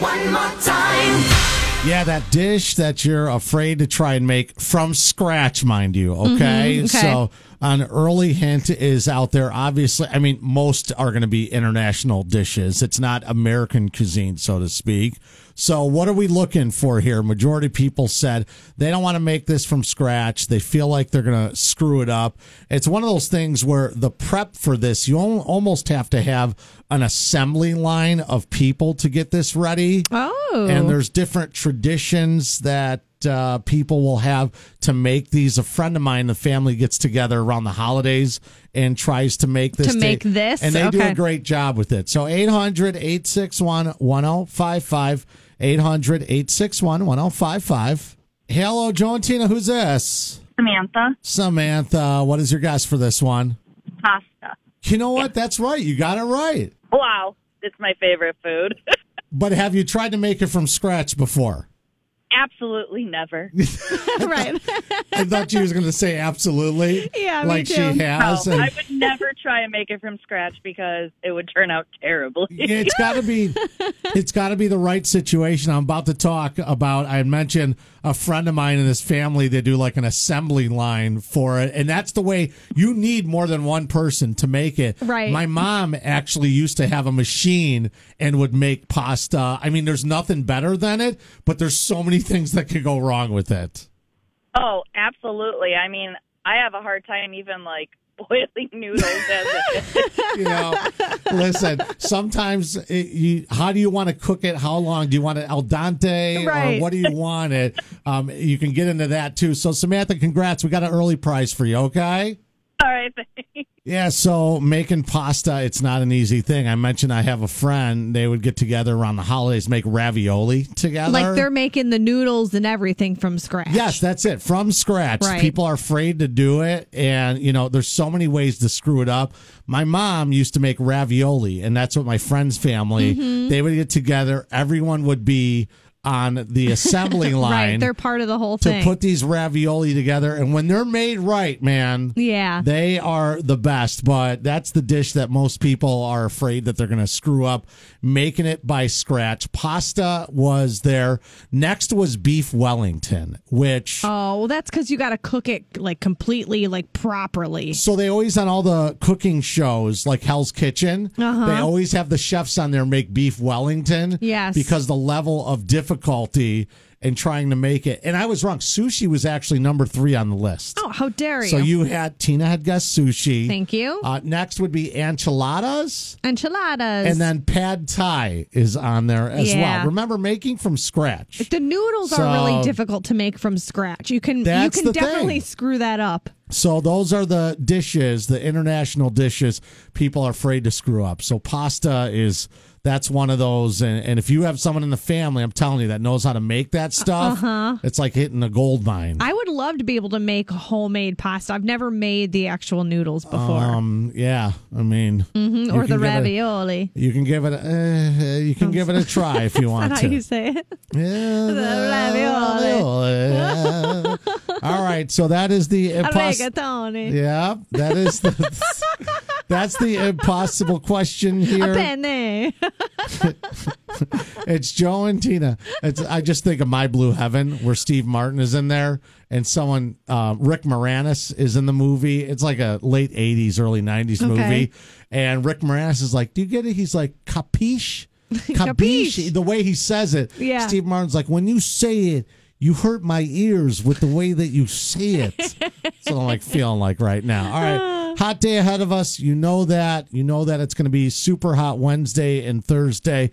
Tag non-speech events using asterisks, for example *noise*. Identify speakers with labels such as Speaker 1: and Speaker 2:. Speaker 1: one more time.
Speaker 2: Yeah, that dish that you're afraid to try and make from scratch, mind you. Okay.
Speaker 3: Mhm, okay.
Speaker 2: So an early hint is out there. Obviously, I mean, most are going to be international dishes. It's not American cuisine, so to speak. So what are we looking for here? Majority of people said they don't want to make this from scratch. They feel like they're going to screw it up. It's one of those things where the prep for this, you al- almost have to have an assembly line of people to get this ready
Speaker 3: Oh.
Speaker 2: and there's different traditions that uh, people will have to make these. A friend of mine, the family gets together around the holidays and tries to make this.
Speaker 3: To make
Speaker 2: ta-
Speaker 3: this?
Speaker 2: And they do
Speaker 3: Okay.
Speaker 2: a great job with it. So 800 861 1055. 800 861 1055. Hello, Joe and Tina. Who's this?
Speaker 4: Samantha,
Speaker 2: Samantha. What is your guess for this one?
Speaker 4: pasta.
Speaker 2: You know what? That's right. You got it right.
Speaker 4: Wow, it's my favorite food. *laughs*
Speaker 2: But have you tried to make it from scratch before?
Speaker 4: Absolutely never.
Speaker 2: *laughs*
Speaker 3: *laughs* right.
Speaker 2: I thought she was going to say absolutely.
Speaker 3: *laughs* Yeah, me
Speaker 2: like
Speaker 3: too.
Speaker 2: she
Speaker 4: No,
Speaker 2: has.
Speaker 4: Oh, I
Speaker 2: and
Speaker 4: would never try and make it from scratch because it would turn out terribly.
Speaker 2: it's got to be, it's got to be the right situation. I'm about to talk about. I mentioned a friend of mine and his family. They do like an assembly line for it, and that's the way you need more than one person to make it.
Speaker 3: Right.
Speaker 2: My mom actually used to have a machine and would make pasta. I mean, there's nothing better than it, but there's so many things that could go wrong with it.
Speaker 4: Oh, absolutely. I mean, I have a hard time even like *laughs* boiling noodles as *laughs* it is.
Speaker 2: you know listen sometimes it, you how do you want to cook it how long do you want it al dente
Speaker 3: Right.
Speaker 2: or what do you want it um, you can get into that too so samantha congrats we got an early prize for you okay
Speaker 4: All right. thanks.
Speaker 2: yeah, so making pasta, it's not an easy thing. I mentioned I have a friend, they would get together around the holidays, make ravioli together.
Speaker 3: Like they're making the noodles and everything from scratch.
Speaker 2: Yes, that's it. From scratch.
Speaker 3: Right.
Speaker 2: People are afraid to do it. And, you know, there's so many ways to screw it up. My mom used to make ravioli, and that's what my friend's family,
Speaker 3: Mm-hmm.
Speaker 2: they would get together. Everyone would be on the assembly
Speaker 3: *laughs* Right.
Speaker 2: line
Speaker 3: They're part of the whole
Speaker 2: to
Speaker 3: thing.
Speaker 2: put these ravioli together. And when they're made right, man,
Speaker 3: yeah.
Speaker 2: they are the best, but that's the dish that most people are afraid that they're going to screw up making it by scratch. Pasta was there. Next was beef Wellington, which.
Speaker 3: Oh, well, that's because you got to cook it like completely, like properly.
Speaker 2: So they always on all the cooking shows like Hell's Kitchen,
Speaker 3: Uh-huh.
Speaker 2: they always have the chefs on there make beef Wellington.
Speaker 3: Yes.
Speaker 2: Because the level of difficulty in trying to make it. And I was wrong. Sushi was actually number three on the list.
Speaker 3: Oh, how dare you?
Speaker 2: so you had Tina had guessed sushi.
Speaker 3: Thank you.
Speaker 2: Uh, next would be enchiladas,
Speaker 3: Enchiladas.
Speaker 2: and then pad thai is on there as
Speaker 3: Yeah.
Speaker 2: well. Remember making from scratch.
Speaker 3: the noodles are really
Speaker 2: So-
Speaker 3: difficult to make from scratch. You can you
Speaker 2: That's
Speaker 3: can
Speaker 2: the
Speaker 3: definitely
Speaker 2: thing.
Speaker 3: screw that up.
Speaker 2: So those are the dishes, the international dishes people are afraid to screw up. So pasta is that's one of those, and, and if you have someone in the family, I'm telling you that knows how to make that stuff, it's like hitting a gold mine.
Speaker 3: Uh-huh. I would love to be able to make homemade pasta. I've never made the actual noodles before,
Speaker 2: um, yeah, I mean, you
Speaker 3: Mm-hmm.
Speaker 2: can
Speaker 3: or the
Speaker 2: give it-
Speaker 3: ravioli.
Speaker 2: You can give it, a, uh, you can give it a try if
Speaker 3: *laughs*
Speaker 2: you want
Speaker 3: That's
Speaker 2: to.
Speaker 3: how you say it.
Speaker 2: Yeah,
Speaker 3: The
Speaker 2: ravioli. All right, so that is the impossible.
Speaker 3: Rigatoni.
Speaker 2: Yeah, that is the. *laughs* That's the impossible question here.
Speaker 3: Penne.
Speaker 2: It's Joe and Tina. It's, I just think of My Blue Heaven, where Steve Martin is in there, and someone, uh, Rick Moranis, is in the movie. It's like a late '80s, early '90s
Speaker 3: Okay.
Speaker 2: movie, and Rick Moranis is like, "Do you get it?" He's like, "Capiche."
Speaker 3: *laughs* Capiche.
Speaker 2: Capiche. The way he says it.
Speaker 3: Yeah.
Speaker 2: Steve Martin's like, when you say it, you hurt my ears with the way that you say it. so I'm like feeling like right now. All
Speaker 3: *laughs*
Speaker 2: right. Hot day ahead of us. You know that. You know that it's going to be super hot Wednesday and Thursday.